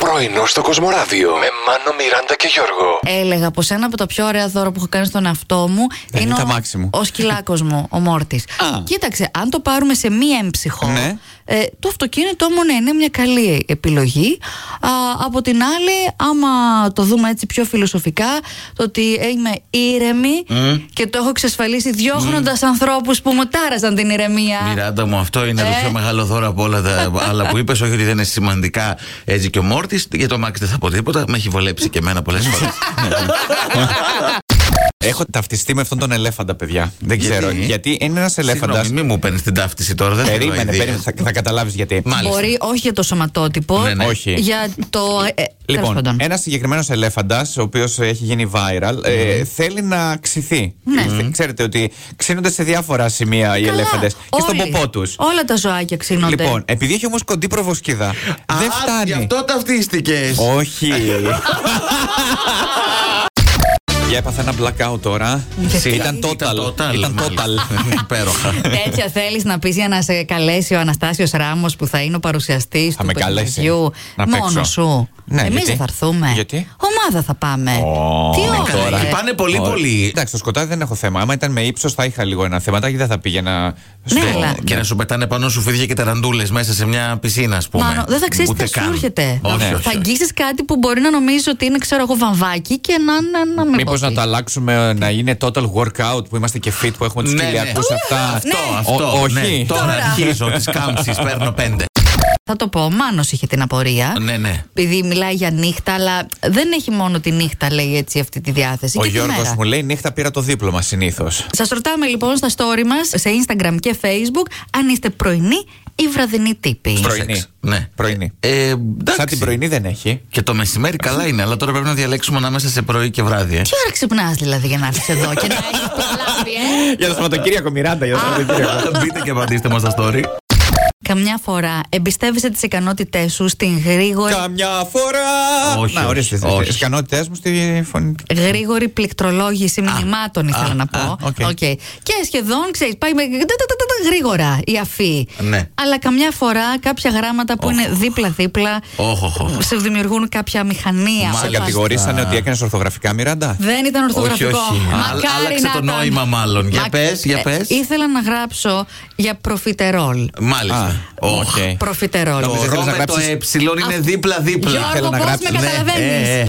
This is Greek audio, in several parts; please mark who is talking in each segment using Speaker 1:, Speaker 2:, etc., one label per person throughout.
Speaker 1: Πρωινό στο Κοσμοράδιο με Μάνο, Μιράντα και Γιώργο.
Speaker 2: Έλεγα πως ένα από τα πιο ωραία δώρα που έχω κάνει στον εαυτό μου
Speaker 3: Δεν είναι τα μάξι μου.
Speaker 2: ο, ο σκυλάκος μου, ο Μόρτης.
Speaker 3: Α.
Speaker 2: Κοίταξε, αν το πάρουμε σε μία εμψυχό,
Speaker 3: Ναι.
Speaker 2: ε, το αυτοκίνητό μου ναι, είναι μια καλή επιλογή. Α, από την άλλη, άμα το δούμε έτσι πιο φιλοσοφικά, το ότι ε, είμαι ήρεμη και το έχω εξασφαλίσει διώχνοντας ανθρώπους που μου τάραζαν την ηρεμία.
Speaker 4: Μιράντα μου, αυτό είναι
Speaker 3: Ε.
Speaker 4: το πιο μεγάλο δώρο από όλα τα άλλα που είπες. Όχι ότι δεν είναι σημαντικά έτσι και ο Μόρτης. Για το Μάξ δεν θα πω τίποτα. Με έχει βολέψει και εμένα πολλές
Speaker 3: Ναι.
Speaker 4: φορέ.
Speaker 3: Έχω ταυτιστεί με αυτόν τον ελέφαντα, παιδιά. Δεν ξέρω.
Speaker 4: Γιατί?
Speaker 3: Γιατί είναι ένας ελέφαντας.
Speaker 4: Μην μου παίρνεις την ταύτιση τώρα. Δεν θέλω
Speaker 3: Περίμενε,
Speaker 4: ιδέες.
Speaker 3: περίμενε. Θα, θα καταλάβεις γιατί.
Speaker 4: Μάλιστα.
Speaker 2: Μπορεί όχι για το σωματότυπο,
Speaker 4: Ναι, ναι.
Speaker 3: Όχι.
Speaker 2: για το. ε, ε, τέλος
Speaker 3: Λοιπόν,
Speaker 2: πάντων.
Speaker 3: ένας συγκεκριμένος ελέφαντας, ο οποίος έχει γίνει viral, ε,
Speaker 4: Ναι.
Speaker 3: θέλει να ξυθεί. Ξέρετε- Ξέρετε ότι ξύνονται σε διάφορα σημεία οι
Speaker 2: Ναι. Καλά,
Speaker 3: ελέφαντες. Και στον
Speaker 2: όλοι.
Speaker 3: ποπό τους.
Speaker 2: Όλα τα ζωάκια ξύνονται.
Speaker 3: Λοιπόν, επειδή έχει όμως κοντή προβοσκίδα,
Speaker 4: Α,
Speaker 3: δεν
Speaker 4: Γι'
Speaker 3: φτάνει.
Speaker 4: αυτό ταυτίστηκες.
Speaker 3: Όχι. Για έπαθα ένα blackout τώρα.
Speaker 2: Γιατί?
Speaker 3: Ήταν total. Ήταν total. Ναι,
Speaker 4: Υπέροχα.
Speaker 2: Τέτοια θέλεις να πεις για να σε καλέσει ο Αναστάσιος Ράμος που θα είναι ο παρουσιαστής
Speaker 3: Θα
Speaker 2: του
Speaker 3: με καλέσει.
Speaker 2: παιχνιδιού.
Speaker 3: Να παίξω.
Speaker 2: Μόνος σου.
Speaker 3: Ναι,
Speaker 2: Εμείς
Speaker 3: γιατί?
Speaker 2: δεν θα έρθουμε.
Speaker 3: Γιατί? ναι,
Speaker 2: Ομάδα θα πάμε. Τι
Speaker 4: καλά,
Speaker 2: ώρα.
Speaker 4: γιατί
Speaker 2: ε?
Speaker 4: Πάνε πολύ,
Speaker 3: Ωραία.
Speaker 4: πολύ.
Speaker 3: Εντάξει, στο σκοτάδι δεν έχω θέμα. Άμα ήταν με ύψος, θα είχα λίγο ένα θεματάκι, δεν θα πήγαινα. στο-
Speaker 2: Ναι, αλλά-
Speaker 4: Και να σου πετάνε πάνω σου φίδια και ταραντούλες μέσα σε μια πισίνα, ας πούμε.
Speaker 2: Μάνο, δεν θα ξέρεις
Speaker 4: Ούτε
Speaker 2: τι θα σου
Speaker 4: καν.
Speaker 2: έρχεται.
Speaker 4: Όχι,
Speaker 3: Ναι.
Speaker 4: όχι,
Speaker 2: θα
Speaker 4: όχι.
Speaker 2: αγγίσεις κάτι που μπορεί να νομίζεις ότι είναι, ξέρω εγώ, βαμβάκι και να, να, να μην
Speaker 3: Μήπως να
Speaker 2: μπορεί.
Speaker 3: το αλλάξουμε να είναι total workout που είμαστε και fit που έχουμε τους
Speaker 4: Ναι, ναι.
Speaker 3: κοιλιακού αυτά.
Speaker 4: Αυτό,
Speaker 3: Ο-
Speaker 4: αυτό. ναι.
Speaker 3: όχι.
Speaker 4: Τώρα αρχίζω τις κάμψεις, παίρνω πέντε.
Speaker 2: Θα το πω. Μάνος είχε την απορία.
Speaker 4: Ναι, ναι.
Speaker 2: Επειδή μιλάει για νύχτα, αλλά δεν έχει μόνο τη νύχτα, λέει έτσι, αυτή τη διάθεση.
Speaker 3: Ο
Speaker 2: και τη
Speaker 3: Γιώργος
Speaker 2: μέρα.
Speaker 3: μου λέει νύχτα πήρα το δίπλωμα συνήθως.
Speaker 2: Σας ρωτάμε λοιπόν στα story μας, σε Instagram και Facebook, αν είστε πρωινοί ή βραδινοί τύποι.
Speaker 3: Πρωινή.
Speaker 4: Ναι.
Speaker 3: Πρωινή.
Speaker 4: Ε, εντάξει.
Speaker 3: Σαν την πρωινή δεν έχει.
Speaker 4: Και το μεσημέρι καλά είναι, αλλά τώρα πρέπει να διαλέξουμε ανάμεσα σε πρωί και βράδυ. Ε.
Speaker 2: Τι ώρα ξυπνάς δηλαδή για να έρθεις εδώ και να έχεις προλάβει, ε?
Speaker 3: Για το Σαββατοκύριακο, Μιράντα, για το Σαββατοκύριακο.
Speaker 4: Μπείτε και απαντήστε μας στα story.
Speaker 2: Καμιά φορά εμπιστεύεσαι τις ικανότητές σου στην γρήγορη,
Speaker 3: Καμιά φορά.
Speaker 4: Όχι,
Speaker 3: Να
Speaker 4: όχι,
Speaker 3: ορίστε.
Speaker 4: όχι.
Speaker 3: Τι ικανότητές μου στη φωνή.
Speaker 2: γρήγορη πληκτρολόγηση μηνυμάτων, ήθελα να πω.
Speaker 3: οκ.
Speaker 2: Οκ. Και σχεδόν, ξέρεις, πάει με... τα- τα- τα- τα- γρήγορα η αφή.
Speaker 4: Ναι.
Speaker 2: Αλλά καμιά φορά κάποια γράμματα που είναι δίπλα-δίπλα
Speaker 4: Όχ, όχ, όχ.
Speaker 2: σε δημιουργούν κάποια μηχανία.
Speaker 3: Σε
Speaker 2: όλα.
Speaker 3: κατηγορήσανε ότι έκανες ορθογραφικά, Μιράντα.
Speaker 2: Δεν ήταν
Speaker 4: Όχι,
Speaker 2: ορθογραφικό.
Speaker 4: όχι.
Speaker 2: Μακάρι
Speaker 4: Α- άλλαξε
Speaker 2: να
Speaker 4: το
Speaker 2: ήταν.
Speaker 4: νόημα, μάλλον. Για
Speaker 2: Μα-
Speaker 4: πες, για
Speaker 2: ε,
Speaker 4: πες.
Speaker 2: Ήθελα να γράψω για προφιτερόλ.
Speaker 3: Α,
Speaker 4: Μάλιστα. Όχ.
Speaker 3: οκ.
Speaker 2: Προφιτερόλ.
Speaker 4: Το
Speaker 3: Νόμιζα
Speaker 4: ρο
Speaker 3: θέλεις να
Speaker 4: με το
Speaker 3: γράψεις-
Speaker 4: ε είναι δίπλα-δίπλα.
Speaker 2: Γιώργο,
Speaker 3: να
Speaker 2: πώς με
Speaker 3: γράψεις, ναι.
Speaker 2: καταλαβαίνεις.
Speaker 4: Ε, ε.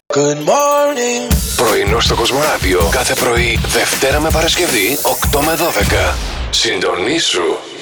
Speaker 1: Πρωινό στο Κοσμοράδιο κάθε πρωί, Δευτέρα με Παρασκευή, 8 με 12. Συντονίσου